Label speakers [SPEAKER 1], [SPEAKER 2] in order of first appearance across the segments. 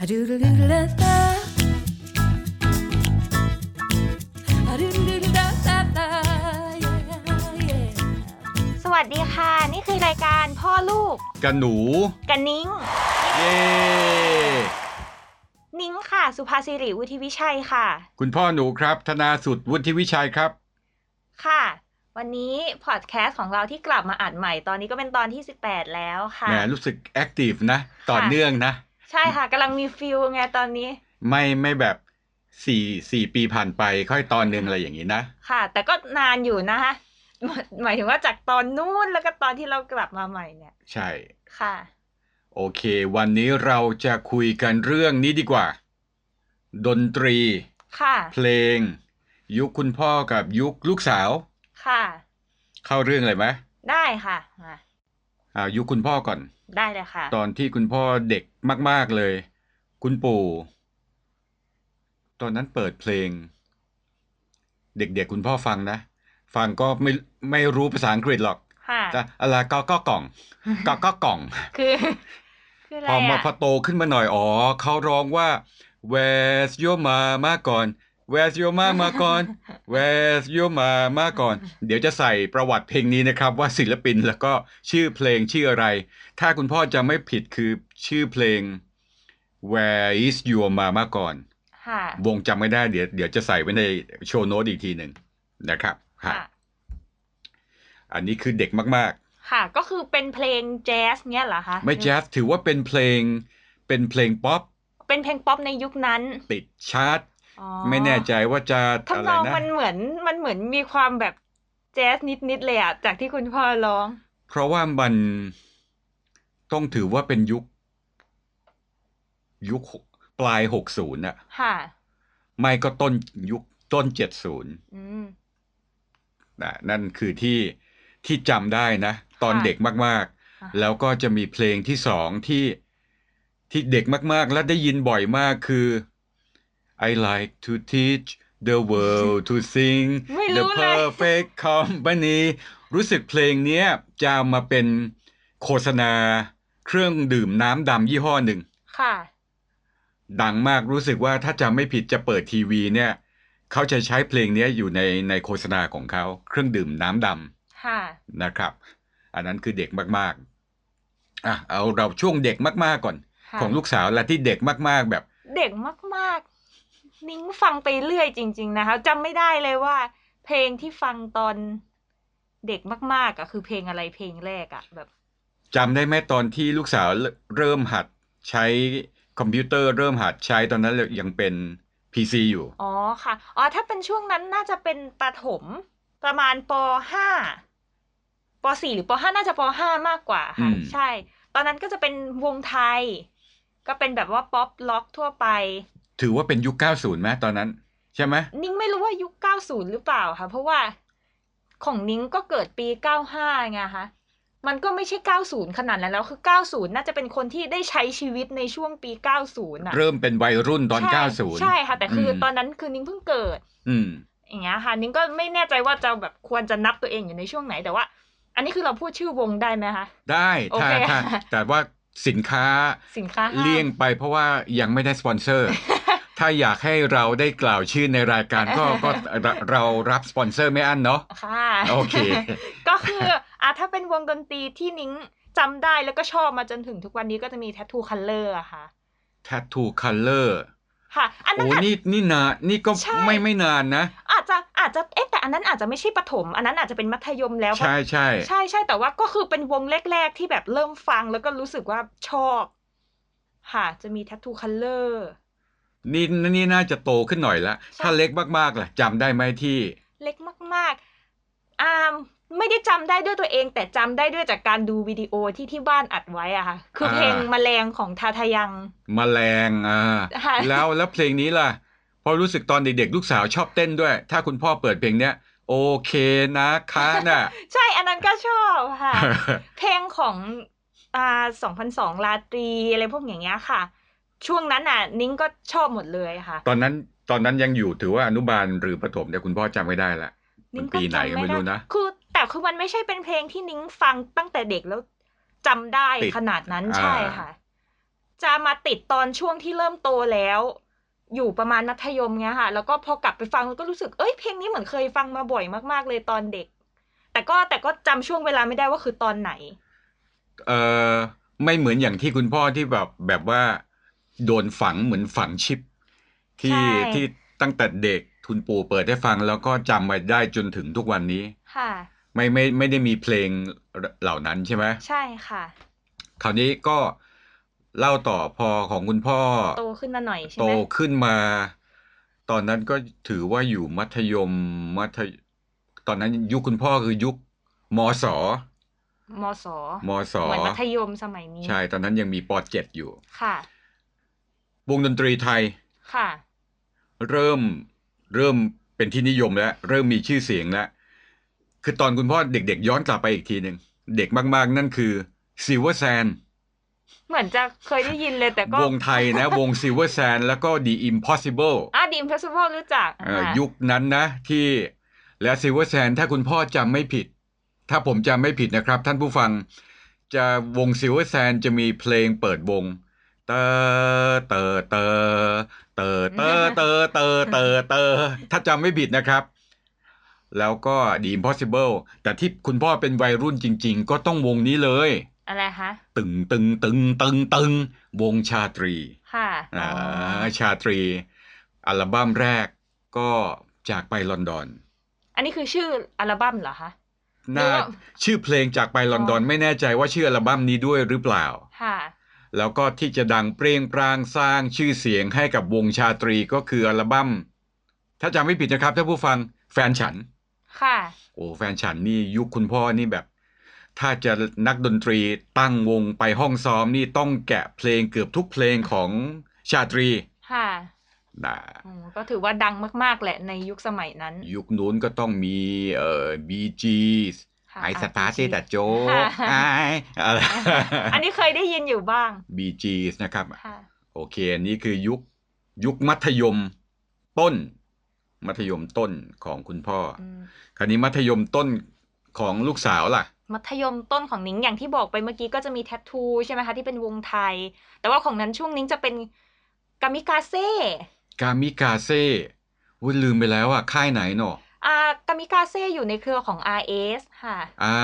[SPEAKER 1] A doodle-doodle da. A doodle-doodle da da da. Yeah, yeah.
[SPEAKER 2] สวัสดีค่ะ นี่คือรายการพ่อลูก
[SPEAKER 3] กันหนู
[SPEAKER 2] กันนิ้ง
[SPEAKER 3] เย้
[SPEAKER 2] นิ้งค่ะ สุภาสิริวุฒิวิชัยค่ะ
[SPEAKER 3] คุณพ่อหนูครับ ธนาสุดวุฒิวิชัยครับ
[SPEAKER 2] ค่ะ วันนี้พอดแคสต์ของเราที่กลับมาอัดใหม่ตอนนี้ก็เป็นตอนที่ 18 แล้วค่ะ
[SPEAKER 3] แหมรู้สึกแอคทีฟนะ ต่อเนื่องนะ
[SPEAKER 2] ใช่ค่ะกำลังมีฟิลไงตอนนี้
[SPEAKER 3] ไม่ไม่แบบสี่สี่ปีผ่านไปค่อยตอนหนึ่งอะไรอย่างนี้นะ
[SPEAKER 2] ค่ะ แต่ก็นานอยู่นะคะหมายหมายถึงว่าจากตอนนู้นแล้วก็ตอนที่เรากลับมาใหม่เนี่ย
[SPEAKER 3] ใช่
[SPEAKER 2] ค่ะ
[SPEAKER 3] โอเค วันนี้เราจะคุยกันเรื่องนี้ดีกว่า ดนตรี
[SPEAKER 2] ค่ะ
[SPEAKER 3] เพลง ยุคคุณพ่อกับยุคลูกสาว
[SPEAKER 2] ค่ะ
[SPEAKER 3] เข้าเรื่องเลยไหม
[SPEAKER 2] ได้ค่ะมา
[SPEAKER 3] อ่ายุคคุณพ่อก่อน
[SPEAKER 2] ได้เลยค่ะ
[SPEAKER 3] ตอนที่คุณพ่อเด็กมาก ๆ เลย คุณปู่ ตอนนั้นเปิดเพลง เด็ก ๆ คุณพ่อฟังนะ ฟังก็ไม่ไม่รู้ภาษาอังกฤษหรอก
[SPEAKER 2] ค่ะ
[SPEAKER 3] จะอะไรก็ก็กล่องก็ก็กล่อง
[SPEAKER 2] คือ คืออะไร
[SPEAKER 3] พอมา
[SPEAKER 2] อะ
[SPEAKER 3] พอโตขึ้นมาหน่อย อ๋อ เขาร้องว่า where's your mama ก่อน where's your mama ก่อน where's your mama ก่อน เดี๋ยวจะใส่ประวัติเพลงนี้นะครับ ว่าศิลปินแล้วก็ชื่อเพลงชื่ออะไร ถ้าคุณพ่อจะไม่ผิดคือชื่อเพลง where is your mama ก่อน
[SPEAKER 2] ค่ะ
[SPEAKER 3] วงจำไม่ได้เดี๋ยวเดี๋ยวจะใส่ไว้ในโชว์โน้ตอีกทีหนึ่งนะครับฮะ
[SPEAKER 2] ค่ะ
[SPEAKER 3] อันนี้คือเด็กมาก
[SPEAKER 2] ค่ะ ก็คือเป็นเพลงแจ๊สเนี้ยเหรอคะ
[SPEAKER 3] ๆ ไม่แจ๊สถือว่าเป็นเพลงเป็นเพลงป๊อป
[SPEAKER 2] เป็นเพลงป๊อปในยุคนั้น
[SPEAKER 3] ติดชาร์ต
[SPEAKER 2] อ๋อ
[SPEAKER 3] ไม่แน่ใจว่าจะอะ
[SPEAKER 2] ทำ
[SPEAKER 3] ไร
[SPEAKER 2] นอง
[SPEAKER 3] นะ
[SPEAKER 2] มันเหมือนมันเหมือนมีความแบบแจ๊สนิดๆเลยอะจากที่คุณพ่อร้อง
[SPEAKER 3] เพราะว่ามันต้องถือว่าเป็นยุค ยุคหกปลายหกศูนย์อะ
[SPEAKER 2] ค่ะ
[SPEAKER 3] ไม่ก็ต้นยุคต้นเจ็ดศูนย์
[SPEAKER 2] อืม
[SPEAKER 3] นะนั่นคือที่ที่จำได้นะ ตอน
[SPEAKER 2] ค่ะ
[SPEAKER 3] เด็กมาก
[SPEAKER 2] ค่ะ
[SPEAKER 3] ๆ แล้วก็จะมีเพลงที่สองที่ที่เด็กมากๆ และได้ยินบ่อยมากคือ I like to teach the world to sing
[SPEAKER 2] ไม่
[SPEAKER 3] The
[SPEAKER 2] รู้เลย
[SPEAKER 3] Perfect Company รู้สึกเพลงเนี้ยจะมาเป็นโฆษณาเครื่องดื่มน้ำดำยี่ห้อหนึ่ง
[SPEAKER 2] ค่ะ
[SPEAKER 3] ดังมากรู้สึกว่าถ้าจำไม่ผิดจะเปิดทีวีเนี่ย เขาจะใช้เพลงเนี้ยอยู่ในในโฆษณาของเขา เครื่องดื่มน้ำด
[SPEAKER 2] ค่ะ
[SPEAKER 3] ำนะครับ อันนั้นคือเด็กมากๆอ่ะเอาเราช่วงเด็กมากๆก่อน
[SPEAKER 2] ค่ะ
[SPEAKER 3] ของลูกสาวและที่เด็กมากๆแบบ
[SPEAKER 2] เด็กมากๆ นิ้งฟังไปเรื่อยจริง ๆ นะคะจำไม่ได้เลยว่า เพลงที่ฟังตอนเด็กมากๆอะคือเพลงอะไรเพลงแรกอะแบบ
[SPEAKER 3] จำได้ไหมตอนที่ลูกสาวเริ่มหัดใช้คอมพิวเตอร์เริ่มหัดใช้ตอนนั้นยังเป็น PC อยู่
[SPEAKER 2] อ๋อค่ะ อ๋อ ถ้าเป็นช่วงนั้นน่าจะเป็นประถมประมาณปห้าปสี่หรือปห้าน่าจะปห้ามากกว่าค่ะ
[SPEAKER 3] อืม
[SPEAKER 2] ใช่ ตอนนั้นก็จะเป็นวงไทย ก็เป็นแบบว่าป๊อปล็อกทั่วไป
[SPEAKER 3] ถือว่าเป็นยุค 90ไหมตอนนั้น ใช่ไหม
[SPEAKER 2] นิ้งไม่รู้ว่ายุค 90 หรือเปล่าค่ะ เพราะว่าของนิ้งก็เกิดปี 95 ไงคะมันก็ไม่ใช่ 90 ขนาดนั้นแล้วคือ 90 น่าจะเป็นคนที่ได้ใช้ชีวิตในช่วงปี 90อะ
[SPEAKER 3] เริ่มเป็นวัยรุ่นตอน
[SPEAKER 2] ใช่
[SPEAKER 3] 90
[SPEAKER 2] ใช่ค่ะ แต่คืออ
[SPEAKER 3] ม
[SPEAKER 2] ตอนนั้นคือนิ้งเพิ่งเกิด
[SPEAKER 3] อืม
[SPEAKER 2] อย่างเงี้ยค่ะนิ้งก็ไม่แน่ใจว่าจะแบบควรจะนับตัวเองอยู่ในช่วงไหนแต่ว่า อันนี้คือเราพูดชื่อวงได้ไหมคะ
[SPEAKER 3] ได้ถ้า
[SPEAKER 2] โอเค
[SPEAKER 3] ถ้าแต่ว่าสินค้า
[SPEAKER 2] สินค้าห้าม
[SPEAKER 3] เลี่ยงไปเพราะว่ายังไม่ได้สปอนเซ อร์ ถ้าอยากให้เราได้กล่าวชื่อในรายการก็ก็เราเรารับสปอนเซอร์ไม่อั้นเนาะ
[SPEAKER 2] ค่ะ
[SPEAKER 3] โอเค
[SPEAKER 2] ก็คือ อ่ะถ้าเป็นวงดนตรีที่นิ้งจำได้แล้วก็ชอบมาจนถึงทุกวันนี้ก็จะมี Tattoo Color อะค่ะ
[SPEAKER 3] Tattoo Color
[SPEAKER 2] ค่ะ อันนั้
[SPEAKER 3] โอ้
[SPEAKER 2] นอาจ
[SPEAKER 3] นี่นี่นานนี่ก็
[SPEAKER 2] ใช่
[SPEAKER 3] ไม่ไม่นานนะ
[SPEAKER 2] อาจจะอาจจะเอ๊ะแต่อันนั้นอาจจะไม่ใช่ประถม อันนั้นอาจจะเป็นมัธยมแล้วเพราะ
[SPEAKER 3] ใช่ใช่
[SPEAKER 2] ใช่ใช่แต่ว่าก็คือเป็นวงแรก ๆ ที่แบบเริ่มฟังแล้วก็รู้สึกว่าชอบ ค่ะ จะมี Tattoo Color
[SPEAKER 3] นี่นี่น่าจะโตขึ้นหน่อยละ
[SPEAKER 2] ใช่
[SPEAKER 3] ถ้าเล็กมากๆล่ะจำได้ไหมที่
[SPEAKER 2] เล็กมากๆอ่าไม่ได้จำได้ด้วยตัวเอง แต่จำได้ด้วยจากการดูวิดีโอที่ที่บ้านอัดไว้อะค่ะ คือเพลง
[SPEAKER 3] อ่า
[SPEAKER 2] แมลงของทาทายัง
[SPEAKER 3] มแมลงอ่า
[SPEAKER 2] ค่ะ
[SPEAKER 3] แล้วแล้วเพลงนี้ล่ะ พอรู้สึกตอนเด็กๆ ลูกสาวชอบเต้นด้วย ถ้าคุณพ่อเปิดเพลงเนี้ย โอเคนะคะน่ะ
[SPEAKER 2] ใช่อันนั้นก็ชอบค่ะ เพลงของอ่า2002ลาตรีอะไรพวกอย่างเงี้ยค่ะ ช่วงนั้นน่ะ นิ้งก็ชอบหมดเลยค่ะ
[SPEAKER 3] ตอนนั้นตอนนั้นยังอยู่ถือว่าอนุบาลหรือประถมเนี่ยคุณพ่อจำไม่ได้ละมันปีไหนก็ไม่รู้นะ
[SPEAKER 2] คือแต่คือมันไม่ใช่เป็นเพลงที่นิ้งฟังตั้งแต่เด็กแล้วจำได้
[SPEAKER 3] ติด
[SPEAKER 2] ขนาดนั้น
[SPEAKER 3] อ่า
[SPEAKER 2] ใช่ค่ะ จะมาติดตอนช่วงที่เริ่มโตแล้ว อยู่ประมาณมัธยมเงี้ยค่ะ แล้วก็พอกลับไปฟังก็รู้สึกเอ้ยเพลงนี้เหมือนเคยฟังมาบ่อยมากๆเลยตอนเด็ก แต่ก็แต่ก็จำช่วงเวลาไม่ได้ว่าคือตอนไหน
[SPEAKER 3] เออไม่เหมือนอย่างที่คุณพ่อที่แบบแบบว่า โดนฝังเหมือนฝังชิป ที่
[SPEAKER 2] ใช่
[SPEAKER 3] ที่ตั้งแต่เด็กคุณปู่เปิดให้ฟัง แล้วก็จำไว้ได้จนถึงทุกวันนี้
[SPEAKER 2] ค่ะ
[SPEAKER 3] ไม่ไม่ไม่ได้มีเพลงเหล่านั้นใช่ไหม
[SPEAKER 2] ใช่ค่ะ
[SPEAKER 3] คราวนี้ก็เล่าต่อพอของคุณพ่อ
[SPEAKER 2] โตขึ้นมาหน่อยใช่
[SPEAKER 3] โต
[SPEAKER 2] ไหม
[SPEAKER 3] ขึ้นมา ตอนนั้นก็ถือว่าอยู่มัธยมมัธยตอนนั้นยุคคุณพ่อคือยุคมส
[SPEAKER 2] มส
[SPEAKER 3] มส
[SPEAKER 2] เหมือนมัธยมสมัยนี้
[SPEAKER 3] ใช่ ตอนนั้นยังมีปเจ็ดอยู่
[SPEAKER 2] ค่ะ
[SPEAKER 3] วงดนตรีไทย
[SPEAKER 2] ค่ะ
[SPEAKER 3] เริ่มเริ่มเป็นที่นิยมแล้ว เริ่มมีชื่อเสียงแล้ว คือตอนคุณพ่อเด็กๆย้อนกลับไปอีกทีหนึ่งเด็กมากๆ นั่นคือซิเวอร์แซน
[SPEAKER 2] เหมือนจะเคยได้ยินเลยแต่ก็
[SPEAKER 3] วงไทยนะ วงซิเวอร์แซนแล้วก็ The Impossible
[SPEAKER 2] อ่ะดีมเพสเวลรู้จัก
[SPEAKER 3] เอ่อ
[SPEAKER 2] ค่ะ
[SPEAKER 3] ยุคนั้นนะที่และซิลเวอร์แซนถ้าคุณพ่อจำไม่ผิด ถ้าผมจำไม่ผิดนะครับ ท่านผู้ฟังจะวงซิลเวอร์แซนจะมีเพลงเปิดวง เตอเตอเตอเตอเตอเตอเตอเตอเตอถ้าจำไม่ผิดนะครับ แล้วก็ The Impossible แต่ที่คุณพ่อเป็นวัยรุ่นจริง ๆ ก็ต้องวงนี้เลย
[SPEAKER 2] อะไรคะ
[SPEAKER 3] ตึงตึงตึงตึงตึงวงชาตรี
[SPEAKER 2] ค่ะ
[SPEAKER 3] อ่า
[SPEAKER 2] อ๋อ
[SPEAKER 3] ชาตรี อัลบั้มแรกก็จากไปลอนดอน
[SPEAKER 2] อันนี้คือชื่ออัลบั้มเหรอคะหรื
[SPEAKER 3] น่า
[SPEAKER 2] อว่า
[SPEAKER 3] ชื่อเพลงจากไปลอนดอน
[SPEAKER 2] อ๋อ
[SPEAKER 3] ไม่แน่ใจว่าชื่ออัลบั้มนี้ด้วยหรือเปล่า
[SPEAKER 2] ค่ะ
[SPEAKER 3] แล้วก็ที่จะดังเปรี้ยงปร้างสร้างชื่อเสียงให้กับวงชาตรีก็คืออัลบั้ม ถ้าจำไม่ผิดนะครับท่านผู้ฟังแฟนฉัน
[SPEAKER 2] ค่ะ
[SPEAKER 3] โอ้แฟนฉันนี่ยุคคุณพ่อนี่แบบ ถ้าจะนักดนตรีตั้งวงไปห้องซ้อมนี่ต้องแกะเพลงเกือบทุกเพลงของชาตรี
[SPEAKER 2] ค่ะ
[SPEAKER 3] นะ
[SPEAKER 2] อืมก็ถือว่าดังมากๆแหละในยุคสมัยนั้น
[SPEAKER 3] ยุคนู้นก็ต้องมีเอ่อบีจี
[SPEAKER 2] ค่ะ
[SPEAKER 3] ไอสตาร์เซต
[SPEAKER 2] อ่ะ
[SPEAKER 3] โจกไอ
[SPEAKER 2] ค่ะ
[SPEAKER 3] อะไร
[SPEAKER 2] อัน นี้เคยได้ยินอยู่บ้าง
[SPEAKER 3] บีจีนะครับ
[SPEAKER 2] ค่ะ
[SPEAKER 3] โอเคอันนี้คือยุคยุคมัธยมต้น มัธยมต้นของคุณพ่ออ
[SPEAKER 2] อืม
[SPEAKER 3] คราวนี้มัธยมต้นของลูกสาวล่ะ
[SPEAKER 2] มัธยมต้นของนิ้งอย่างที่บอกไปเมื่อกี้ก็จะมีแทททูใช่ไหมคะที่เป็นวงไทย แต่ว่าของนั้นช่วงนิ้งจะเป็นกามิกาเซ่
[SPEAKER 3] กามิกาเซ่ว่าลืมไปแล้วอ่ะค่ายไหนเนาะ
[SPEAKER 2] อ่ากามิกาเซ่อยู่ในเครือของ RS ค่ะ
[SPEAKER 3] อ่า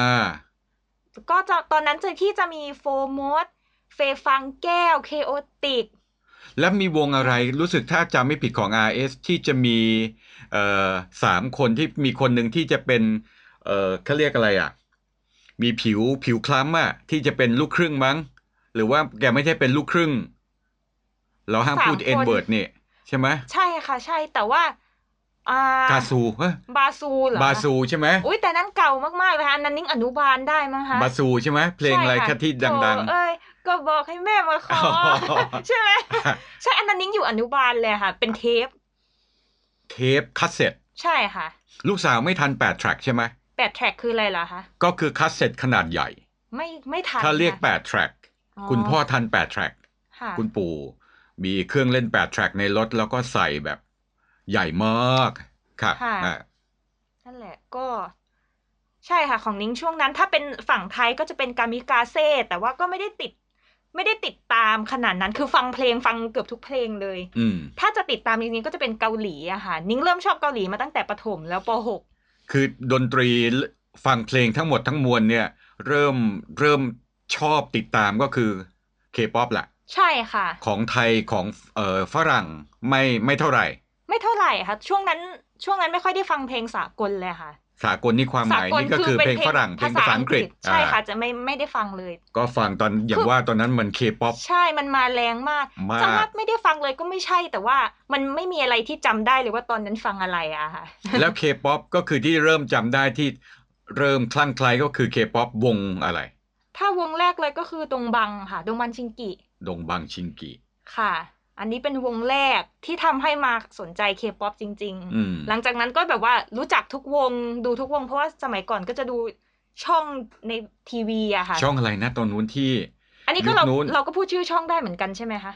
[SPEAKER 2] ก็จะตอนนั้นจะที่จะมีโฟมอสเฟฟังแก้วเคโอติก
[SPEAKER 3] แล้วมีวงอะไรรู้สึกถ้าจำไม่ผิดของ RS ที่จะมีเอ่อสามคนที่มีคนหนึ่งที่จะเป็นเอ่อเขาเรียกอะไรอ่ะ มีผิวผิวคล้ำอ่ะที่จะเป็นลูกครึ่งมั้ง หรือว่าแกไม่ใช่เป็นลูกครึ่ง เราห้ามพูด
[SPEAKER 2] สามคน
[SPEAKER 3] N word นี่ใช่ไหม
[SPEAKER 2] ใช่ค่ะใช่แต่ว่าอ่าก
[SPEAKER 3] าซูฮะ
[SPEAKER 2] บาซูเหรอบ
[SPEAKER 3] าซูใช่ไหม
[SPEAKER 2] อุ้ยแต่นั้นเก่ามากๆเลยค่ะอันนั้นนิ่งอนุบาลได้มั้งคะ
[SPEAKER 3] บาซูใช่ไหมเพลงอะไร
[SPEAKER 2] ใช่
[SPEAKER 3] คะที่ดัง
[SPEAKER 2] โถ่เอ้ยก็บอกให้แม่มาขอ
[SPEAKER 3] อ๋อ
[SPEAKER 2] ใช่ไหม
[SPEAKER 3] ๆ
[SPEAKER 2] ใช่อันนั้นนิ่งอยู่อนุบาลเลยค่ะ เป็นเทป
[SPEAKER 3] เทปคัสเซ็ต
[SPEAKER 2] ใช่ค่ะ
[SPEAKER 3] ลูกสาวไม่ทัน8 track ใช่ไหม
[SPEAKER 2] แปดแทร็กคืออะไรเหรอคะ
[SPEAKER 3] ก็คือคัสเซ็ตขนาดใหญ่
[SPEAKER 2] ไม่ไม่ทัน
[SPEAKER 3] ถ้าเรียก
[SPEAKER 2] ค่ะ
[SPEAKER 3] 8 track คุณพ่อทัน8 track
[SPEAKER 2] ค่ะ
[SPEAKER 3] คุณปู่มีเครื่องเล่น8 track ในรถแล้วก็ใส่แบบใหญ่มากครับ
[SPEAKER 2] ะ
[SPEAKER 3] อ่า
[SPEAKER 2] นั่นแหละก็ใช่ค่ะ ของนิ้งช่วงนั้น ถ้าเป็นฝั่งไทยก็จะเป็นกามิกาเซ่แต่ว่าก็ไม่ได้ติด ไม่ได้ติดตามขนาดนั้นคือฟังเพลงฟังเกือบทุกเพลงเลย
[SPEAKER 3] อืม
[SPEAKER 2] ถ้าจะติดตามจริงๆก็จะเป็นเกาหลีอะค่ะ นิ้งเริ่มชอบเกาหลีมาตั้งแต่ประถมแล้วป .6
[SPEAKER 3] คือดนตรีฟังเพลงทั้งหมดทั้งมวลเนี่ย เริ่มเริ่มชอบติดตามก็คือ K-POP ละ
[SPEAKER 2] ใช่ค่ะ
[SPEAKER 3] ของไทยของเอ่อฝรั่งไม่ไม่เท่าไหร่
[SPEAKER 2] ไม่เท่าไหร่ค่ะ ช่วงนั้นช่วงนั้นไม่ค่อยได้ฟังเพลงสากลเลยค่ะ
[SPEAKER 3] สากลนี่ความหมายนี่ก็คือเพลงฝรั่งเพลงภาษาอังกฤษ
[SPEAKER 2] ใช่ค่ะ
[SPEAKER 3] อ่า
[SPEAKER 2] จะไม่ไม่ได้ฟังเลย
[SPEAKER 3] ก็ฟังตอนอย่างว่าตอนนั้นมัน K-POP
[SPEAKER 2] ใช่มันมาแรงมาก
[SPEAKER 3] มาก
[SPEAKER 2] จะว่าไม่ได้ฟังเลยก็ไม่ใช่ แต่ว่ามันไม่มีอะไรที่จำได้เลยว่าตอนนั้นฟังอะไรอะค่ะ
[SPEAKER 3] แล้วเคป๊อปก็คือที่เริ่มจำได้ที่เริ่มคลั่งไคล้ก็คือเคป๊อปวงอะไร
[SPEAKER 2] ถ้าวงแรกเลยก็คือดงบังค่ะ ดงบังชิงกิ
[SPEAKER 3] ดงบางชิงกิ
[SPEAKER 2] ค่ะ อันนี้เป็นวงแรกที่ทำให้มาสนใจเคป๊อปจริง
[SPEAKER 3] อืม
[SPEAKER 2] ๆ หลังจากนั้นก็แบบว่ารู้จักทุกวงดูทุกวง เพราะว่าสมัยก่อนก็จะดูช่องในทีวีอะค่ะ
[SPEAKER 3] ช่องอะไรนะตอนนู้น ที่
[SPEAKER 2] อันนี้ก็เรา
[SPEAKER 3] ยุคนู้น
[SPEAKER 2] เราก็พูดชื่อช่องได้เหมือนกันใช่ไหมคะ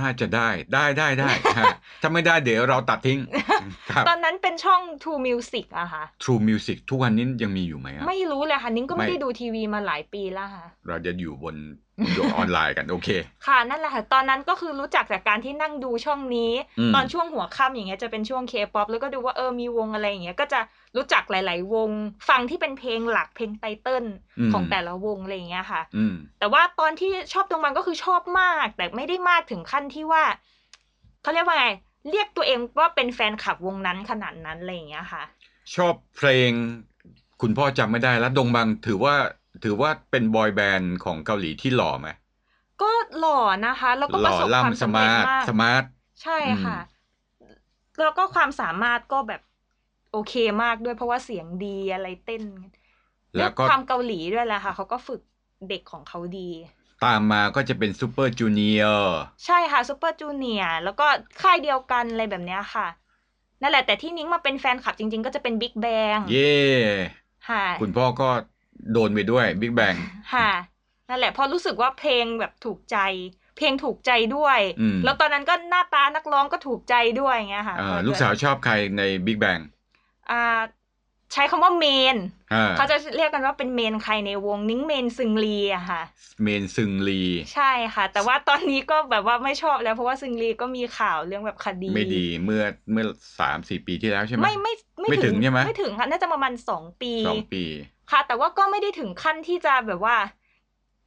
[SPEAKER 3] น่าจะได้ได้ได้ได้ ฮะถ้าไม่ได้เดี๋ยวเราตัดทิ้งครับ
[SPEAKER 2] ตอนนั้นเป็นช่อง True Music อะค่ะ
[SPEAKER 3] True Music ทุกวันนี้ยังมีอยู่ไหมอะ
[SPEAKER 2] ไม่รู้เลยค่ะนิ้งก็ไม่
[SPEAKER 3] ไม่
[SPEAKER 2] ได้ดูทีวีมาหลายปีแล้วค่ะ
[SPEAKER 3] เราจะอยู่บน ดูออนไลน์ กันโอเค
[SPEAKER 2] ค่ะนั่นแหละค่ะตอนนั้นก็คือรู้จักจากการที่นั่งดูช่องนี้
[SPEAKER 3] อืม
[SPEAKER 2] ตอนช่วงหัวค่ำอย่างเงี้ยจะเป็นช่วงเคป๊อปแล้วก็ดูว่าเออมีวงอะไรอย่างเงี้ยก็จะรู้จักหลาย ๆ วง ฟังที่เป็นเพลงหลักเพลงไตเติ้ล
[SPEAKER 3] อืม
[SPEAKER 2] ของแต่ละวงอะไรอย่างเงี้ยค่ะ
[SPEAKER 3] อืม
[SPEAKER 2] แต่ว่าตอนที่ชอบตรงมันก็คือชอบมาก แต่ไม่ได้มากถึงขั้นที่ว่าเขาเรียกว่าไงเรียกตัวเองว่าเป็นแฟนคลับวงนั้นขนาดนั้นอะไรอย่างเงี้ยค่ะ
[SPEAKER 3] ชอบเพลง คุณพ่อจำไม่ได้แล้วดงบังถือว่าถือว่าเป็นบอยแบนด์ของเกาหลีที่หล่อไหม
[SPEAKER 2] ก็หล่อนะคะ แล้วก็
[SPEAKER 3] ห
[SPEAKER 2] ป
[SPEAKER 3] ล่
[SPEAKER 2] ระ
[SPEAKER 3] อ
[SPEAKER 2] สบความ
[SPEAKER 3] ล่ำส
[SPEAKER 2] สำเร็
[SPEAKER 3] มา
[SPEAKER 2] จ
[SPEAKER 3] ร์ท
[SPEAKER 2] มาก
[SPEAKER 3] สมาร์ท
[SPEAKER 2] ใช่
[SPEAKER 3] อืม
[SPEAKER 2] ค่ะ แล้วก็ความสามารถก็แบบโอเคมากด้วยเพราะว่าเสียงดีอะไรเต้น
[SPEAKER 3] แล้วก็
[SPEAKER 2] ด้วยความเกาหลีด้วยแหละค่ะเขาก็ฝึกเด็กของเขาดี
[SPEAKER 3] ตามมาก็จะเป็นซูเปอร์จูเนียร์
[SPEAKER 2] ใช่ค่ะซูเปอร์จูเนียร์แล้วก็ค่ายเดียวกันอะไรแบบเนี้ยค่ะ นั่นแหละแต่ที่นิ้งมาเป็นแฟนคลับจริง ๆ ก็จะเป็นบิ๊กแบง
[SPEAKER 3] เย่
[SPEAKER 2] ค่ะ
[SPEAKER 3] คุณพ่อก็โดนไปด้วยบิ๊กแบง
[SPEAKER 2] ค่ะ นั่นแหละเพอรู้สึกว่าเพลงแบบถูกใจ เพลงถูกใจด้วย
[SPEAKER 3] อืม
[SPEAKER 2] แล้วตอนนั้นก็หน้าตานักร้องก็ถูกใจด้วยอย่างเงี้ยค่ะพอเด
[SPEAKER 3] ลูกสาวชอบใครในบิ๊กแบง
[SPEAKER 2] อ่าใช้คำว่าเมน เขาจะเรียกกันว่าเป็นเมนใครในวงนิ้งเมนซึงลีอะค่ะ
[SPEAKER 3] เมนซึงลี
[SPEAKER 2] ใช่ค่ะ แต่ว่าตอนนี้ก็แบบว่าไม่ชอบแล้วเพราะว่าซึงลีก็มีข่าวเรื่องแบบคดี
[SPEAKER 3] ไม่ดีเมื่อเมื่อสามสี่ปีที่แล้วใช่ไหม
[SPEAKER 2] ไม่ไม่
[SPEAKER 3] ไม่ถึงใช่ไหม
[SPEAKER 2] ไม่ถึงค่ะน่าจะประมาณสองปี
[SPEAKER 3] สองปี
[SPEAKER 2] ค่ะ แต่ว่าก็ไม่ได้ถึงขั้นที่จะแบบว่า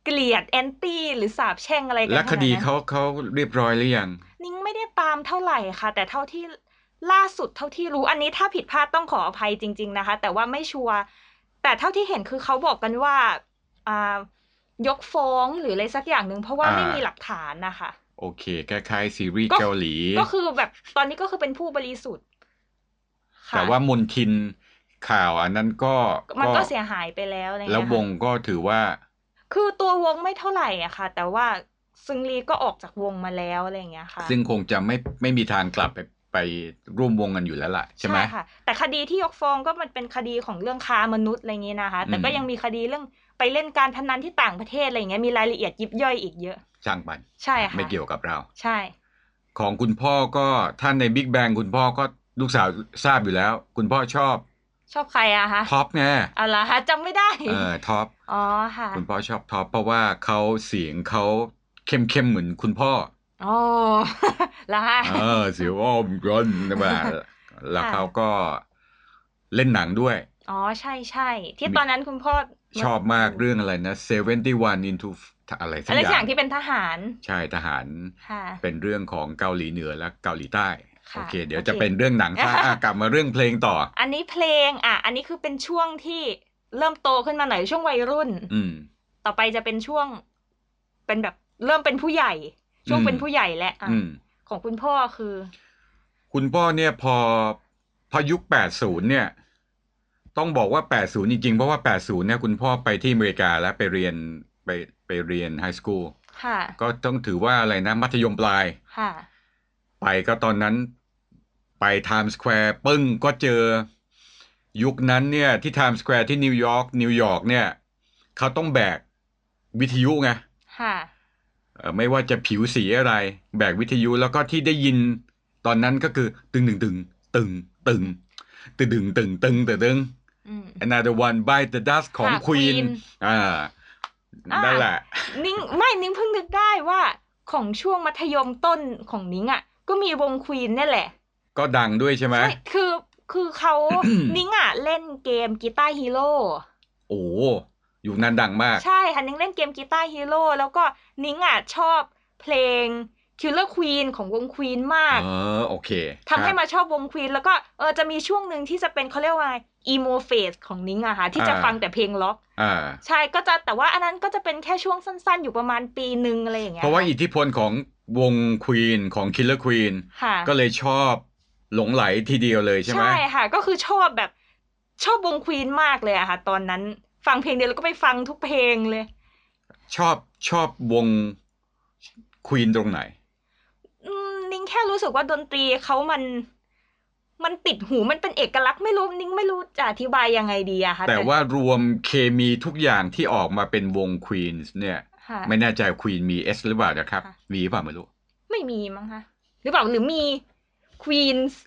[SPEAKER 2] เกลียดแอนตี้หรือสาบแช่งอะไรกัน
[SPEAKER 3] และค
[SPEAKER 2] ขนา
[SPEAKER 3] ดี
[SPEAKER 2] นั้น
[SPEAKER 3] เขาเขาเรียบร้อยหรือยัง
[SPEAKER 2] นิ้งไม่ได้ตามเท่าไหร่ค่ะ แต่เท่าที่ล่าสุดเท่าที่รู้อันนี้ถ้าผิดพลาดต้องขออภัยจริง ๆนะคะ แต่ว่าไม่ชัวร์แต่เท่าที่เห็นคือเขาบอกกันว่าอ่ายกฟ้องหรืออะไรสักอย่างหนึ่งเพราะว่า
[SPEAKER 3] อ่า
[SPEAKER 2] ไม่มีหลักฐานนะคะ
[SPEAKER 3] โอเคคล้ายๆซีรีส์
[SPEAKER 2] ก็
[SPEAKER 3] เกาหลี
[SPEAKER 2] ก็คือแบบตอนนี้ก็คือเป็นผู้บริสุทธิ์ค่ะ
[SPEAKER 3] แต่ว่ามนทินข่าวอันนั้นก็
[SPEAKER 2] มันก็เสียหายไปแล้วอะไรเงี้ย
[SPEAKER 3] แล้ว
[SPEAKER 2] ค่ะ
[SPEAKER 3] วงก็ถือว่า
[SPEAKER 2] คือตัววงไม่เท่าไหร่อะค่ะ แต่ว่าซึงลีก็ออกจากวงมาแล้วอะไรอย่างเงี้ยค่ะ
[SPEAKER 3] ซึ่งคงจะไม่ไม่มีทางกลับไปไปร่วมวงกันอยู่แล้วล่ะ ใช่ไหม
[SPEAKER 2] ค่ะ แต่คดีที่ยกฟ้องก็มันเป็นคดีของเรื่องค้ามนุษย์อะไรอย่างงี้นะคะ แต่ก็
[SPEAKER 3] อืม
[SPEAKER 2] ยังมีคดีเรื่องไปเล่นการพนันที่ต่างประเทศอะไรอย่างเงี้ยมีรายละเอียดยิบย่อยอีกเยอะ
[SPEAKER 3] ช่างมัน
[SPEAKER 2] ใช่ค่ะ
[SPEAKER 3] ไม่เกี่ยวกับเรา
[SPEAKER 2] ใช่
[SPEAKER 3] ของคุณพ่อก็ท่านในบิ๊กแบงคุณพ่อก็ลูกสาวทราบอยู่แล้ว คุณพ่อชอบ
[SPEAKER 2] ชอบใครอะคะ
[SPEAKER 3] ท็อปไง
[SPEAKER 2] เอาละคะจำไม่ได้
[SPEAKER 3] เออท็อป
[SPEAKER 2] อ๋อค่ะ
[SPEAKER 3] คุณพ่อชอบท็อปเพราะว่าเขาเสียงเขาเข้มเข้มๆเหมือนคุณพ่อ
[SPEAKER 2] อ๋อ ละคะ
[SPEAKER 3] เออเสียวอ้อมร้อนมาแล้ว
[SPEAKER 2] ค่ะ
[SPEAKER 3] เขาก็เล่นหนังด้วย
[SPEAKER 2] อ๋อใช่ใช่ที่ตอนนั้นคุณพ่อ
[SPEAKER 3] ชอบมากเรื่องอะไรนะ Seventy One into อะไรสัก
[SPEAKER 2] อะไรสักอย่
[SPEAKER 3] อา
[SPEAKER 2] ย่าง งที่เป็นทหาร
[SPEAKER 3] ใช่ทหาร
[SPEAKER 2] ค่ะ
[SPEAKER 3] เป็นเรื่องของเกาหลีเหนือและเกาหลีใต้
[SPEAKER 2] ค่ะ
[SPEAKER 3] โอเค เดี๋ยว
[SPEAKER 2] โอเค
[SPEAKER 3] จะเป็นเรื่องหนังซะ
[SPEAKER 2] อ่ะ
[SPEAKER 3] อ่ะกลับมาเรื่องเพลงต่อ
[SPEAKER 2] อันนี้เพลงอ่ะ อันนี้คือเป็นช่วงที่เริ่มโตขึ้นมาหน่อยช่วงวัยรุ่น
[SPEAKER 3] อืม
[SPEAKER 2] ต่อไปจะเป็นช่วง เป็นแบบเริ่มเป็นผู้ใหญ่ ช่วง
[SPEAKER 3] อืม
[SPEAKER 2] เป็นผู้ใหญ่และอ่ะ
[SPEAKER 3] อืม
[SPEAKER 2] ของคุณพ่อคือ
[SPEAKER 3] คุณพ่อเนี่ยพอพอยุค 80 เนี่ย ต้องบอกว่า 80 จริงๆ เพราะว่า 80 เนี่ยคุณพ่อไปที่อเมริกาแล้วไปเรียนไปไปเรียนไฮสคูล
[SPEAKER 2] ค่ะ
[SPEAKER 3] ก็ต้องถือว่าอะไรนะ มัธยมปลาย
[SPEAKER 2] ค่ะ
[SPEAKER 3] ไปก็ตอนนั้นไปไทม์สแควร์ปึ้งก็เจอ ยุคนั้นเนี่ย ที่ไทม์สแควร์ที่นิวยอร์กนิวยอร์กเนี่ย เขาต้องแบกวิทยุไง
[SPEAKER 2] ค่ะ
[SPEAKER 3] เอ่อไม่ว่าจะผิวสีอะไร แบกวิทยุแล้วก็ที่ได้ยินตอนนั้นก็คือ ตึงตึงตึงตึงตึงตึงตึงตึงตึงตึงตึง
[SPEAKER 2] อืม
[SPEAKER 3] another one by the dust ของ
[SPEAKER 2] ค่ะ
[SPEAKER 3] Queen
[SPEAKER 2] Queen
[SPEAKER 3] อ่า
[SPEAKER 2] อ่า
[SPEAKER 3] นั่นแหละ
[SPEAKER 2] นิ้ง ไม่นิ้งเพิ่งนึกได้ว่า ของช่วงมัธยมต้นของนิ้งอ่ะ ก็มีวงควีนเนี่ยแหละ
[SPEAKER 3] ก็ดังด้วยใช่ไหม
[SPEAKER 2] ใช่ คือคือเขา นิ้งอ่ะ เล่นเกมกีตาร์ฮีโร่
[SPEAKER 3] โอ้ยุคนั้นดังมาก
[SPEAKER 2] ใช่ค่ะนิ้งเล่นเกมกีตาร์ฮีโร่แล้วก็นิ้งอ่ะชอบเพลง Killer Queen ของวง Queen มาก
[SPEAKER 3] เออ โอเค
[SPEAKER 2] ทำให้
[SPEAKER 3] ครับ
[SPEAKER 2] มาชอบวง Queen แล้วก็เออจะมีช่วงหนึ่งที่จะเป็นเขาเรียกว่าอีโมเฟสของนิ้งอะค่ะที่จะ
[SPEAKER 3] อ่า
[SPEAKER 2] ฟังแต่เพลงล็อก
[SPEAKER 3] อ่า
[SPEAKER 2] ใช่ก็จะแต่ว่าอันนั้นก็จะเป็นแค่ช่วงสั้นๆ อยู่ประมาณปีหนึ่งอะไรอย่างเงี้ย
[SPEAKER 3] เพราะว่าอิทธิพลของวงควีนของคิลเลอร์ควีน
[SPEAKER 2] ค่ะ
[SPEAKER 3] ก็เลยชอบหลงไหลทีเดียวเลยใช่ไหม
[SPEAKER 2] ค่ะ ก็คือชอบแบบชอบวง Queen มากเลยอะค่ะ ตอนนั้นฟังเพลงเดียวแล้วก็ไปฟังทุกเพลงเลย
[SPEAKER 3] ชอบชอบวงควีนตรงไหน
[SPEAKER 2] อืมนิ้งแค่รู้สึกว่าดนตรีเขามัน มันติดหูมันเป็นเอกลักษณ์ไม่รู้นิ้งไม่รู้จะอธิบายยังไงดีอะค่ะ
[SPEAKER 3] แต่ว่ารวมเคมีทุกอย่างที่ออกมาเป็นวงควีนเนี่ย
[SPEAKER 2] ค่ะ
[SPEAKER 3] ไม่แน่ใจควีนมีเอสหรือเปล่านะครับ
[SPEAKER 2] ค่ะ
[SPEAKER 3] มีหรือเปล่าไม่รู้
[SPEAKER 2] ไม่มีมั้งคะหรือเปล่าหรือมีควีนส์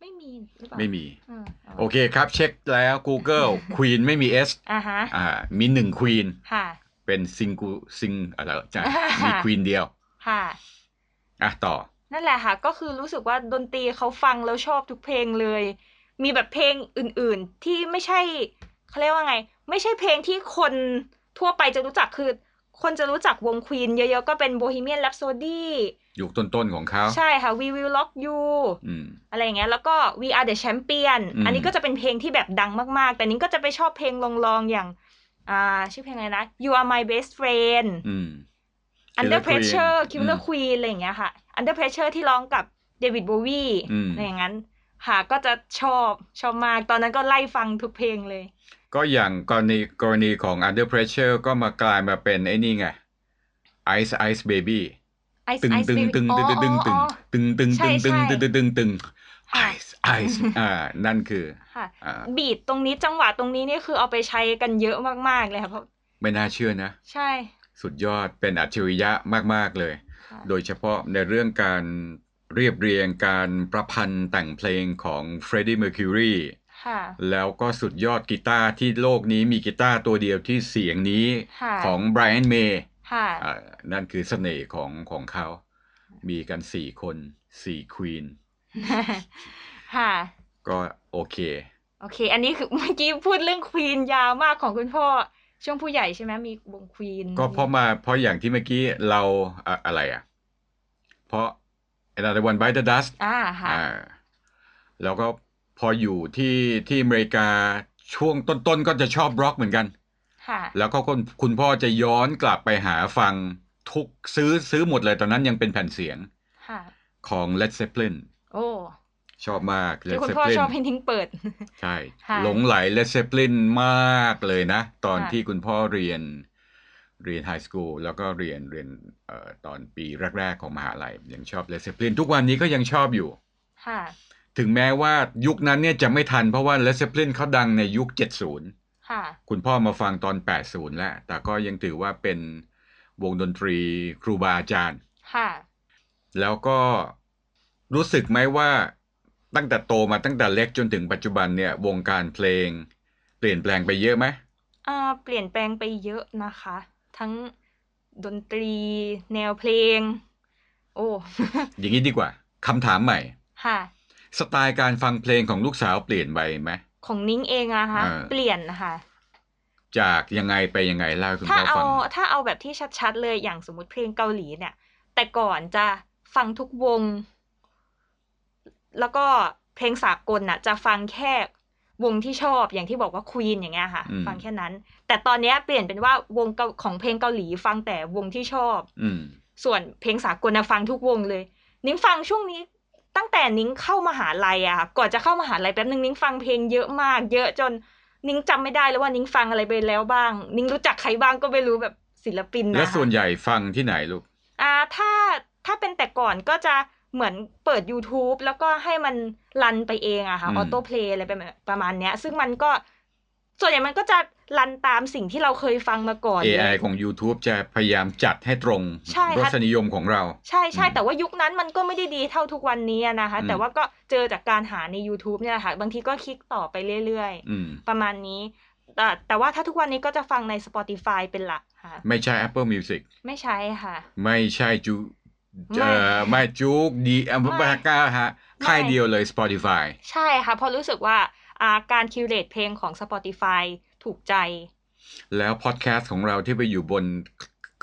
[SPEAKER 2] ไม่มีหรือเปล่า
[SPEAKER 3] ไม่มี
[SPEAKER 2] อืม
[SPEAKER 3] โอเคครับ เช็คแล้ว Google ควีนไม่มีเอส
[SPEAKER 2] อ่าฮะ
[SPEAKER 3] อ่ามีหนึ่งควีน
[SPEAKER 2] ค่ะ
[SPEAKER 3] เป็นซิงกูซิงอะไรจ้ะมี ควีนเดียว
[SPEAKER 2] ค่ะ
[SPEAKER 3] อ่ะต่อ
[SPEAKER 2] นั่นแหละค่ะ ก็คือรู้สึกว่าดนตรีเขาฟังแล้วชอบทุกเพลงเลย มีแบบเพลงอื่นๆ ที่ไม่ใช่เขาเรียกว่าไง ไม่ใช่เพลงที่คนทั่วไปจะรู้จักคือ คนจะรู้จักวงควีนเยอะๆ ก็เป็นโบฮีเมียนแรปโซดี
[SPEAKER 3] ยุคต้นๆของเขา
[SPEAKER 2] ใช่ค่ะ We Will Rock You
[SPEAKER 3] อืม
[SPEAKER 2] อะไรอย่างเงี้ยแล้วก็ We Are the Champion
[SPEAKER 3] อืม
[SPEAKER 2] อันนี้ก็จะเป็นเพลงที่แบบดังมากๆ แต่นิ้งก็จะไปชอบเพลงลองๆอย่างอ่าชื่อเพลงอะไรนะ You Are My Best Friend
[SPEAKER 3] อืม
[SPEAKER 2] Under
[SPEAKER 3] Killer Queen
[SPEAKER 2] Pressure
[SPEAKER 3] อื
[SPEAKER 2] Killer
[SPEAKER 3] ม
[SPEAKER 2] Queen อะไรอย่างเงี้ยค่ะ Under Pressure ที่ร้องกับเดวิดโบวี
[SPEAKER 3] อืม
[SPEAKER 2] อะไรอย่างนั้น ค่ะก็จะชอบชอบมาก ตอนนั้นก็ไล่ฟังทุกเพลงเลย
[SPEAKER 3] ก็อย่างกรณีกรณีของ Under Pressure ก็มากลายมาเป็นไอ้นี่ไง Ice Ice Baby
[SPEAKER 2] Ice
[SPEAKER 3] ตึง
[SPEAKER 2] Ice
[SPEAKER 3] ตึง
[SPEAKER 2] Baby
[SPEAKER 3] ตึง
[SPEAKER 2] อ๋อ
[SPEAKER 3] ตึงตึง
[SPEAKER 2] อ๋
[SPEAKER 3] ตึ
[SPEAKER 2] อง อ๋อ
[SPEAKER 3] ตึงตึง
[SPEAKER 2] ใช่
[SPEAKER 3] ตึงตึง
[SPEAKER 2] ใช่
[SPEAKER 3] ตึงตึงตึงตึง
[SPEAKER 2] ค่ะ
[SPEAKER 3] Ice Ice อ่า นั่นคือ
[SPEAKER 2] ค่ะ
[SPEAKER 3] อ่า
[SPEAKER 2] บีดตรงนี้จังหวะตรงนี้นี่คือเอาไปใช้กันเยอะมากๆเลยค่ะเพราะ
[SPEAKER 3] ไม่น่าเชื่อนะ
[SPEAKER 2] ใช่
[SPEAKER 3] สุดยอดเป็นอัจฉริยะมาก ๆ เลย
[SPEAKER 2] ค่ะ
[SPEAKER 3] โดยเฉพาะในเรื่องการเรียบเรียงการประพันธ์แต่งเพลงของเฟรดดี้เมอร์คิวรี
[SPEAKER 2] ค่ะ
[SPEAKER 3] แล้วก็สุดยอดกีตาร์ที่โลกนี้มีกีตาร์ตัวเดียวที่เสียงนี้
[SPEAKER 2] ค่ะ
[SPEAKER 3] ของไบรอันเมย์
[SPEAKER 2] ค่ะ
[SPEAKER 3] นั่นคือเสน่ห์ของของเขา มีกันสี่คนสี่ควีน
[SPEAKER 2] ค่ะ
[SPEAKER 3] ก็โอเค
[SPEAKER 2] โอเค อันนี้คือ เมื่อกี้พูดเรื่องควีนยาวมากของคุณพ่อ ช่วงผู้ใหญ่ใช่ไหมมีวงควีน
[SPEAKER 3] ก็เพราะมาเพราะอย่างที่เมื่อกี้เราอะอะไรอ่ะ เพราะ Another One Bite the Dust
[SPEAKER 2] อ่าค่ะ
[SPEAKER 3] อ่าแล้วก็พออยู่ที่ที่อเมริกาช่วงต้นๆก็จะชอบบล็อกเหมือนกัน
[SPEAKER 2] ค่ะ
[SPEAKER 3] แล้วก็คุณคุณพ่อจะย้อนกลับไปหาฟังทุกซื้อซื้อหมดเลยตอนนั้นยังเป็นแผ่นเสียง
[SPEAKER 2] ค่ะ
[SPEAKER 3] ของ Led Zeppelin
[SPEAKER 2] โอ้
[SPEAKER 3] ชอบมาก
[SPEAKER 2] ที่
[SPEAKER 3] Led
[SPEAKER 2] คุณพ่อ
[SPEAKER 3] Zeppelin
[SPEAKER 2] ชอบให้ทิ้งเปิด
[SPEAKER 3] ใช่
[SPEAKER 2] ค่ะ
[SPEAKER 3] หลงไหล Led Zeppelin มากเลยนะ ตอน
[SPEAKER 2] ค่ะ
[SPEAKER 3] ที่คุณพ่อเรียนเรียนไฮสคูลแล้วก็เรียนเรียนเอ่อตอนปีแรก ๆ ของมหาลัยยังชอบ Led Zeppelin ทุกวันนี้ก็ยังชอบอยู่
[SPEAKER 2] ค่ะ
[SPEAKER 3] ถึงแม้ว่ายุคนั้นเนี่ยจะไม่ทันเพราะว่า Led Zeppelin เขาดังในยุค 70
[SPEAKER 2] ค่ะ
[SPEAKER 3] คุณพ่อมาฟังตอน 80 แล้ว แต่ก็ยังถือว่าเป็นวงดนตรีครูบาอาจารย์
[SPEAKER 2] ค่ะ
[SPEAKER 3] แล้วก็รู้สึกไหมว่าตั้งแต่โตมาตั้งแต่เล็กจนถึงปัจจุบันเนี่ยวงการเพลง เปลี่ยนแปลงไปเยอะไหม
[SPEAKER 2] อ่า เปลี่ยนแปลงไปเยอะนะคะ ทั้งดนตรี แนวเพลง โอ้
[SPEAKER 3] อย่างนี้ดีกว่าคำถามใหม่
[SPEAKER 2] ค่ะ
[SPEAKER 3] สไตล์การฟังเพลงของลูกสาวเปลี่ยนไปไหม
[SPEAKER 2] ของนิ้งเองอะคะ
[SPEAKER 3] อ่า
[SPEAKER 2] เปลี่ยนนะคะ
[SPEAKER 3] จากยังไงไปยังไงเล่าให้คุณ
[SPEAKER 2] ถ้า
[SPEAKER 3] พ่อ
[SPEAKER 2] เอา
[SPEAKER 3] ฟัง
[SPEAKER 2] ถ้าเอาแบบที่ชัดๆเลยอย่างสมมติเพลงเกาหลีเนี่ย แต่ก่อนจะฟังทุกวง แล้วก็เพลงสากลน่ะ จะฟังแค่วงที่ชอบอย่างที่บอกว่าควีนอย่างเงี้ยค่ะ
[SPEAKER 3] อืม
[SPEAKER 2] ฟังแค่นั้น แต่ตอนเนี้ยเปลี่ยนเป็นว่าวงเกาของเพลงเกาหลีฟังแต่วงที่ชอบ
[SPEAKER 3] อืม
[SPEAKER 2] ส่วนเพลงสากลนะฟังทุกวงเลย นิ้งฟังช่วงนี้ตั้งแต่นิ้งเข้ามาหาลัยอะค่ะก่อนจะเข้ามาหาลัยแป๊บนึงนิ้งฟังเพลงเยอะมาก เยอะจนนิ้งจำไม่ได้แล้วว่านิ้งฟังอะไรไปแล้วบ้าง นิ้งรู้จักใครบ้างก็ไม่รู้แบบศิลปินนะ
[SPEAKER 3] แล้วส่วนใหญ่ฟังที่ไหนลูก
[SPEAKER 2] อ่าถ้าถ้าเป็นแต่ก่อนก็จะเหมือนเปิด YouTube แล้วก็ให้มันรันไปเองอะค่ะ
[SPEAKER 3] อืม
[SPEAKER 2] ออโต้เพลย์อะไรประมาณประมาณเนี้ย ซึ่งมันก็ส่วนใหญ่มันก็จะรันตามสิ่งที่เราเคยฟังมาก่อนเลย
[SPEAKER 3] AI ของ YouTube จะพยายามจัดให้ตรง
[SPEAKER 2] ใช่ค่ะ
[SPEAKER 3] รสนิยมของเรา
[SPEAKER 2] ใช่ใช่
[SPEAKER 3] อืม
[SPEAKER 2] แต่ว่ายุคนั้นมันก็ไม่ได้ดีเท่าทุกวันนี้อะนะคะ
[SPEAKER 3] อืม
[SPEAKER 2] แต่ว่าก็เจอจากการหาใน YouTube เนี่ยแหละค่ะ บางทีก็คลิกต่อไปเรื่อย
[SPEAKER 3] อืม
[SPEAKER 2] ๆ ประมาณนี้ แต่แต่ว่าถ้าทุกวันนี้ก็จะฟังใน Spotify เป็นหลักค่ะ
[SPEAKER 3] ไม่ใช่ Apple Music
[SPEAKER 2] ไม่ใช่ค่ะ
[SPEAKER 3] ไม่ใช่จู
[SPEAKER 2] ไม่
[SPEAKER 3] เอ่อไม่จูกดีอัม
[SPEAKER 2] ไม่
[SPEAKER 3] พาก้าฮะ
[SPEAKER 2] ไม่
[SPEAKER 3] ค่ายเดียวเลย Spotify
[SPEAKER 2] ใช่ค่ะ เพราะรู้สึกว่าอ่าการคิวเลตเพลงของ Spotify ถูกใจ
[SPEAKER 3] แล้วพอดแคสต์ของเราที่ไปอยู่บน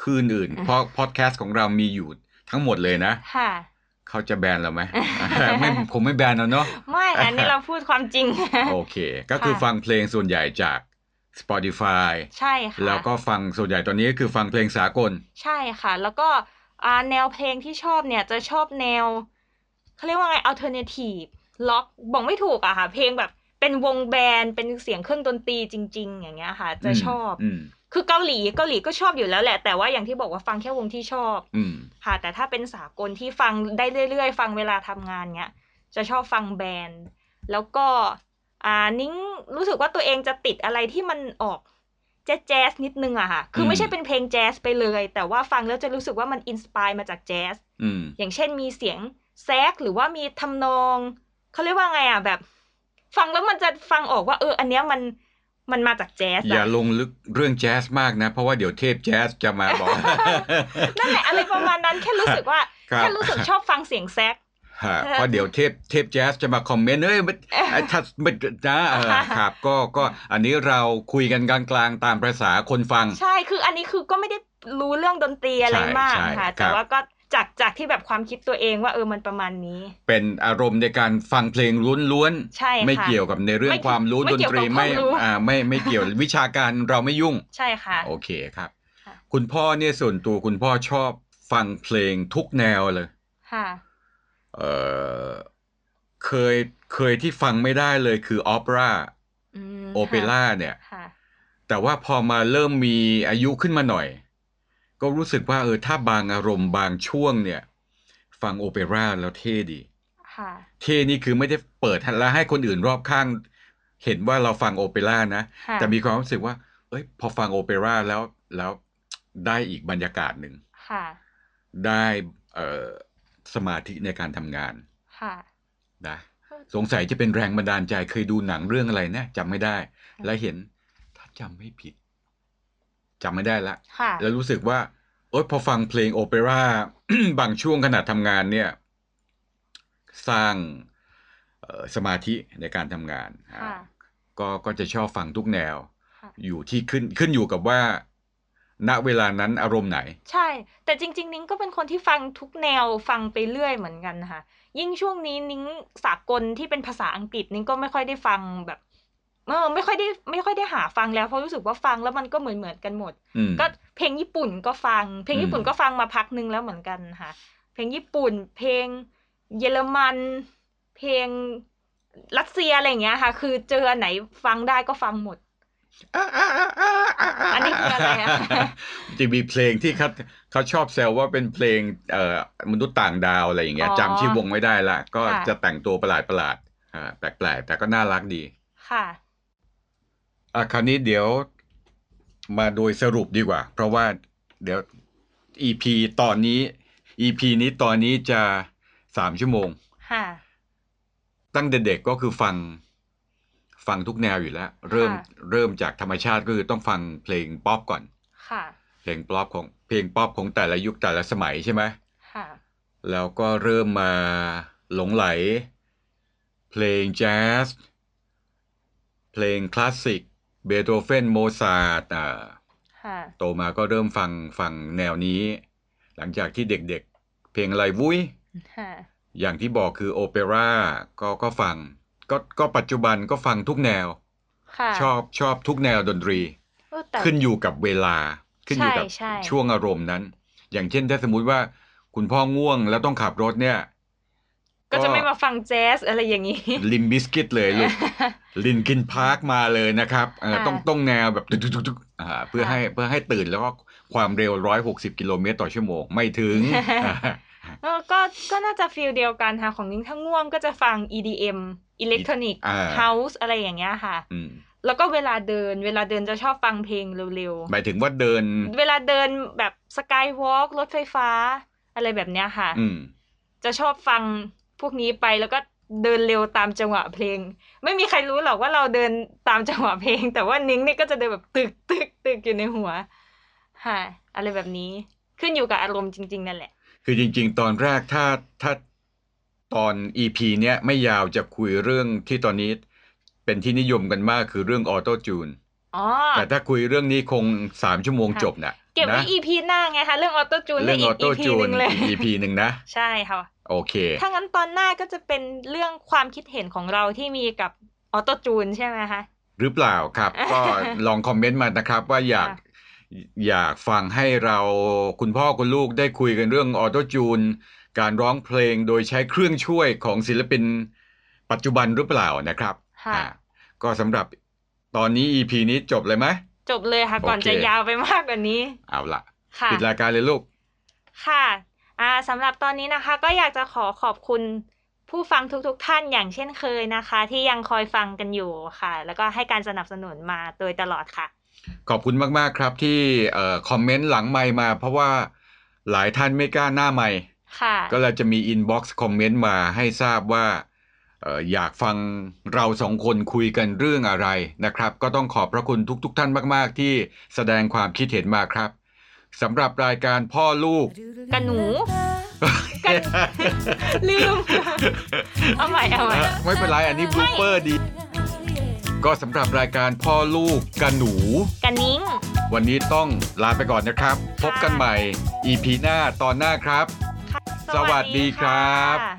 [SPEAKER 3] คลื่นอื่น เพราะพอดแคสต์ของเรามีอยู่ทั้งหมดเลยนะ
[SPEAKER 2] ค่ะ
[SPEAKER 3] เขาจะแบน เราไหม ไม่คงไม่แบนเราเนาะ
[SPEAKER 2] ไม่ค่ะอันนี่เราพูดความจริง
[SPEAKER 3] โอเค ก็คือ
[SPEAKER 2] ค่ะ
[SPEAKER 3] ฟังเพลงส่วนใหญ่จาก Spotify
[SPEAKER 2] ใช่ค่ะ
[SPEAKER 3] แล้วก็ฟังส่วนใหญ่ตอนนี้ก็คือฟังเพลงสากล
[SPEAKER 2] ใช่ค่ะ แล้วก็อ่าแนวเพลงที่ชอบเนี่ยจะชอบแนวเขาเรียกว่าไง alternative ล็อกบอกไม่ถูกอะค่ะ เพลงแบบเป็นวงแบนด์เป็นเสียงเครื่องดนตรีจริง ๆ อย่างเงี้ยค่ะ จะชอบ
[SPEAKER 3] อืม
[SPEAKER 2] คือเกาหลีเกาหลีก็ชอบอยู่แล้วแหละ แต่ว่าอย่างที่บอกว่าฟังแค่วงที่ชอบ
[SPEAKER 3] อืม
[SPEAKER 2] ค่ะ แต่ถ้าเป็นสากลที่ฟังได้เรื่อยๆ ฟังเวลาทำงานเงี้ย จะชอบฟังแบนด์ แล้วก็อ่านิ้งรู้สึกว่าตัวเองจะติดอะไรที่มันออกแจ๊สแจ๊สนิดนึงอะค่ะ คือ
[SPEAKER 3] อื
[SPEAKER 2] ไม่
[SPEAKER 3] ม
[SPEAKER 2] ใช่เป็นเพลงแจ๊สไปเลย แต่ว่าฟังแล้วจะรู้สึกว่ามันอินสปายมาจากแจ๊ส
[SPEAKER 3] อืม
[SPEAKER 2] อย่างเช่นมีเสียงแซกหรือว่ามีทำนองเขาเรียกว่าไงอะแบบ ฟังแล้วมันจะฟังออกว่า เออ อันเนี้ยมัน มันมาจากแจ๊ส
[SPEAKER 3] อย่า
[SPEAKER 2] อะ
[SPEAKER 3] ลงลึกเรื่องแจ๊สมากนะ เพราะว่าเดี๋ยวเทพแจ๊สจะมาบอก
[SPEAKER 2] นั่นแหละอะไรประมาณนั้นแค่รู้สึกว่า
[SPEAKER 3] ครับ
[SPEAKER 2] แค่รู้สึกชอบฟังเสียงแซก
[SPEAKER 3] ฮะเพราะเดี๋ยวเทพเทพแจ๊สจะมาคอมเมนต์เอ้ยมันไอ้ถ้ามันนะเออครับก็ก็อันนี้เราคุยกันกลางๆตามภาษาคนฟัง
[SPEAKER 2] ใช่ คืออันนี้คือก็ไม่ได้รู้เรื่องดนตรีอะไร
[SPEAKER 3] ใช่
[SPEAKER 2] มาก
[SPEAKER 3] ใช่
[SPEAKER 2] ค่ะ
[SPEAKER 3] ครั
[SPEAKER 2] แต่
[SPEAKER 3] บ
[SPEAKER 2] ว่าก็จากจากที่แบบความคิดตัวเองว่าเออมันประมาณนี้
[SPEAKER 3] เป็นอารมณ์ในการฟังเพลงล้วน
[SPEAKER 2] ใช่
[SPEAKER 3] ๆ
[SPEAKER 2] ค่ะ
[SPEAKER 3] ไม่เกี่ยวกับในเรื่อง
[SPEAKER 2] ไม่
[SPEAKER 3] ความรู้
[SPEAKER 2] ไม่
[SPEAKER 3] ดน
[SPEAKER 2] เกี่ยว
[SPEAKER 3] ตรี
[SPEAKER 2] กับความ
[SPEAKER 3] ไม่
[SPEAKER 2] รู้
[SPEAKER 3] อ่าไม่ไม่เกี่ยววิชาการเราไม่ยุ่ง
[SPEAKER 2] ใช่ค่ะ
[SPEAKER 3] โอเคครับ
[SPEAKER 2] ค่ะ
[SPEAKER 3] คุณพ่อเนี่ยส่วนตัวคุณพ่อชอบฟังเพลงทุกแนวเลย
[SPEAKER 2] ค่ะ
[SPEAKER 3] เออเคยเคยที่ฟังไม่ได้เลยคือออเปร่า
[SPEAKER 2] อืม
[SPEAKER 3] โอเปร่าเนี่ย
[SPEAKER 2] ค่ะ
[SPEAKER 3] แต่ว่าพอมาเริ่มมีอายุขึ้นมาหน่อย ก็รู้สึกว่าเออถ้าบางอารมณ์บางช่วงเนี่ย ฟังโอเปร่าแล้วเท่ดี
[SPEAKER 2] ค่ะ
[SPEAKER 3] เท่นี่คือไม่ได้เปิดแล้วให้คนอื่นรอบข้าง เห็นว่าเราฟังโอเปร่านะ
[SPEAKER 2] ค่ะ
[SPEAKER 3] แต่มีความรู้สึกว่า เอ้ย พอฟังโอเปร่าแล้วแล้วได้อีกบรรยากาศหนึ่ง
[SPEAKER 2] ค่ะ
[SPEAKER 3] ได้เอ่อสมาธิในการทำงาน
[SPEAKER 2] ค่ะ
[SPEAKER 3] นะสงสัยจะเป็นแรงบันดาลใจเคยดูหนังเรื่องอะไรนะจำไม่ได้ และเห็นถ้าจำไม่ผิดจำไม่ได้ละ
[SPEAKER 2] ค่ะ
[SPEAKER 3] แล้วรู้สึกว่า โอ๊ยพอฟังเพลงโอเปร่า บางช่วงขณะทำงานเนี่ย สร้างเอ่อสมาธิในการทำงานอ่า
[SPEAKER 2] ค่ะ
[SPEAKER 3] ก็ก็จะชอบฟังทุกแนว
[SPEAKER 2] ค่ะ
[SPEAKER 3] อยู่ที่ขึ้นขึ้นอยู่กับว่า ณเวลานั้นอารมณ์ไหน
[SPEAKER 2] ใช่ แต่จริง ๆ นิ้งก็เป็นคนที่ฟังทุกแนวฟังไปเรื่อยเหมือนกันนะค่ะ ยิ่งช่วงนี้นิ้งสากลที่เป็นภาษาอังกฤษนิ้งก็ไม่ค่อยได้ฟังแบบเออไม่ค่อยได้ไม่ค่อยได้หาฟังแล้วเพราะรู้สึกว่าฟังแล้วมันก็เหมือนเหมือนๆกันหมด
[SPEAKER 3] อืม
[SPEAKER 2] ก็เพลงญี่ปุ่นก็ฟัง เพลงญี่ปุ่น
[SPEAKER 3] อืม
[SPEAKER 2] ก็ฟังมาพักหนึงแล้วเหมือนกันค่ะ เพลงญี่ปุ่น เพลงเยอรมัน เพลงรัสเซียอะไรอย่างเงี้ยค่ะ คือเจออันไหนฟังได้ก็ฟังหมด อันนี้คืออะไรอะ
[SPEAKER 3] จะมีเพลงที่เขาเขาชอบแซวว่าเป็นเพลงเอ่อมนุษย์ต่างดาวอะไรอย่างเงี้ย
[SPEAKER 2] อ๋อ
[SPEAKER 3] จำชื่อวงไม่ได้ละ ก็
[SPEAKER 2] ค่ะ
[SPEAKER 3] จะแต่งตัวประหลาดประหลาดๆอ่าแปลกๆ แต่ก็น่ารักดี
[SPEAKER 2] ค่ะ
[SPEAKER 3] อ่ะคราวนี้เดี๋ยวมาโดยสรุปดีกว่า เพราะว่าเดี๋ยว EP ตอนนี้ EP นี้ตอนนี้จะสามชั่วโมง
[SPEAKER 2] ค่ะ
[SPEAKER 3] ตั้งแต่เด็กก็คือฟังฟังทุกแนวอยู่แล้ว เริ่ม
[SPEAKER 2] ค่ะ
[SPEAKER 3] เริ่มจากธรรมชาติก็คือต้องฟังเพลงป๊อปก่อน
[SPEAKER 2] ค่ะ
[SPEAKER 3] เพลงป๊อปของเพลงป๊อปของแต่ละยุคแต่ละสมัยใช่ไหม
[SPEAKER 2] ค่ะ
[SPEAKER 3] แล้วก็เริ่มมาหลงไหล เพลงแจ๊สเพลงคลาสสิกเบโธเฟนโมซาร์ทอ่า
[SPEAKER 2] ค่ะ
[SPEAKER 3] โตมาก็เริ่มฟังฟังแนวนี้ หลังจากที่เด็กๆ เพลงอะไรวุ้ย
[SPEAKER 2] ค่ะ
[SPEAKER 3] อย่างที่บอกคือโอเปร่าก็ก็ฟังก็ก็ปัจจุบันก็ฟังทุกแนว
[SPEAKER 2] ค่ะ
[SPEAKER 3] ชอบชอบทุกแนวดนตรี
[SPEAKER 2] เออแต่
[SPEAKER 3] ขึ้นอยู่กับเวลา ขึ้นอยู่กับ
[SPEAKER 2] ใช่ใช่
[SPEAKER 3] ช่วงอารมณ์นั้น อย่างเช่นถ้าสมมุติว่าคุณพ่อง่วงแล้วต้องขับรถเนี่ย
[SPEAKER 2] ก็จะไม่มาฟังแจ๊สอะไรอย่าง นี้
[SPEAKER 3] ลิมบิสกิตเลยลูก ลินกินพาร์คมาเลยนะครับเอ่อ
[SPEAKER 2] ค่ะ
[SPEAKER 3] ต้องต้องแนวแบบทุกๆๆๆอ่าเพื่อ
[SPEAKER 2] ค่ะ
[SPEAKER 3] ให้เพื่อให้ตื่นแล้วก็ความเร็ว 160 กิโลเมตรต่อชั่วโมง ไม่ ถึง
[SPEAKER 2] เออก็ก็น่าจะฟีลเดียวกันค่ะ ของนิ้งถ้าง่วงก็จะฟัง EDM อิเล็กทรอนิกส์
[SPEAKER 3] อ่า
[SPEAKER 2] House อะไรอย่างเงี้ยค่ะ
[SPEAKER 3] อืม
[SPEAKER 2] แล้วก็เวลาเดิน เวลาเดินจะชอบฟังเพลงเร็ว
[SPEAKER 3] หมายถึงว่าเดิน
[SPEAKER 2] ๆ เวลาเดินแบบสกายวอล์กรถไฟฟ้า อะไรแบบเนี้ยค่ะ
[SPEAKER 3] อืม
[SPEAKER 2] จะชอบฟังพวกนี้ไปแล้วก็เดินเร็วตามจังหวะเพลง ไม่มีใครรู้หรอกว่าเราเดินตามจังหวะเพลง แต่ว่านิ้งนี่ก็จะเดินแบบตึกตึกตึกอยู่ในหัวค่ะอะไรแบบนี้ขึ้นอยู่กับอารมณ์จริง ๆ นั่นแหละ
[SPEAKER 3] คือจริง ๆ ตอนแรกถ้าถ้าตอน EP เนี้ยไม่ยาวจะคุยเรื่องที่ตอนนี้เป็นที่นิยมกันมากคือเรื่องออโต้จูน
[SPEAKER 2] อ๋อ
[SPEAKER 3] แต่ถ้าคุยเรื่องนี้คง 3 ชั่วโมง
[SPEAKER 2] ค่ะ
[SPEAKER 3] จบนะ
[SPEAKER 2] เก็บไว้
[SPEAKER 3] นะ
[SPEAKER 2] EP หน้าไงคะเรื่องออโต้จูน
[SPEAKER 3] เรื่องออโต้จู
[SPEAKER 2] ห
[SPEAKER 3] น
[SPEAKER 2] นึ่งเลย
[SPEAKER 3] อีก EP หนึ่งนะ
[SPEAKER 2] ใช่ค่ะ
[SPEAKER 3] โอเค
[SPEAKER 2] ถ้างั้นตอนหน้าก็จะเป็นเรื่องความคิดเห็นของเราที่มีกับออโต้จูนใช่ไหมคะ
[SPEAKER 3] หรือเปล่าครับ ก็ลองคอมเมนต์มานะครับว่าอยาก
[SPEAKER 2] ค่ะ
[SPEAKER 3] อยากฟังให้เราคุณพ่อคุณลูกได้คุยกันเรื่องออโตจูน การร้องเพลงโดยใช้เครื่องช่วยของศิลปินปัจจุบันหรือเปล่านะครับ
[SPEAKER 2] ค่ะ
[SPEAKER 3] อ่าก็สำหรับตอนนี้ EP นี้จบเลยไหม
[SPEAKER 2] จบเลยค่ะ ก่อน
[SPEAKER 3] โอเค
[SPEAKER 2] จะยาวไปมากกว่านี้
[SPEAKER 3] เอาละ
[SPEAKER 2] ค่ะ
[SPEAKER 3] ปิดรายการเลยลูก
[SPEAKER 2] ค่ะอ่าสำหรับตอนนี้นะคะก็อยากจะขอขอบคุณผู้ฟังทุกๆทท่านอย่างเช่นเคยนะคะ ที่ยังคอยฟังกันอยู่ค่ะ แล้วก็ให้การสนับสนุนมาโดยตลอดค่ะ
[SPEAKER 3] ขอบคุณมากๆครับที่เอ่อคอมเมนต์หลังไมค์มา เพราะว่าหลายท่านไม่กล้าหน้าไมค์
[SPEAKER 2] ค่ะ
[SPEAKER 3] ก็เราจะมีอินบ็อกซ์คอมเมนต์มาให้ทราบว่า เอ่ออยากฟังเราสองคนคุยกันเรื่องอะไรนะครับ ก็ต้องขอบพระคุณทุกๆทท่านมาก ๆ ที่แสดงความคิดเห็นมาครับสำหรับรายการพ่อลูก
[SPEAKER 2] กับหนู กัน ลืม เอาใหม่เอาใหม่
[SPEAKER 3] ไม่เป็นไรอันนี้บลูเปอร์ดี ก็สำหรับรายการพ่อลูกกันหนู
[SPEAKER 2] กันนิ้ง
[SPEAKER 3] วันนี้ต้องลาไปก่อนนะครับ พบกันใหม่ EP หน้าตอนหน้าครับ สวัสดีครับ
[SPEAKER 2] ค่ะ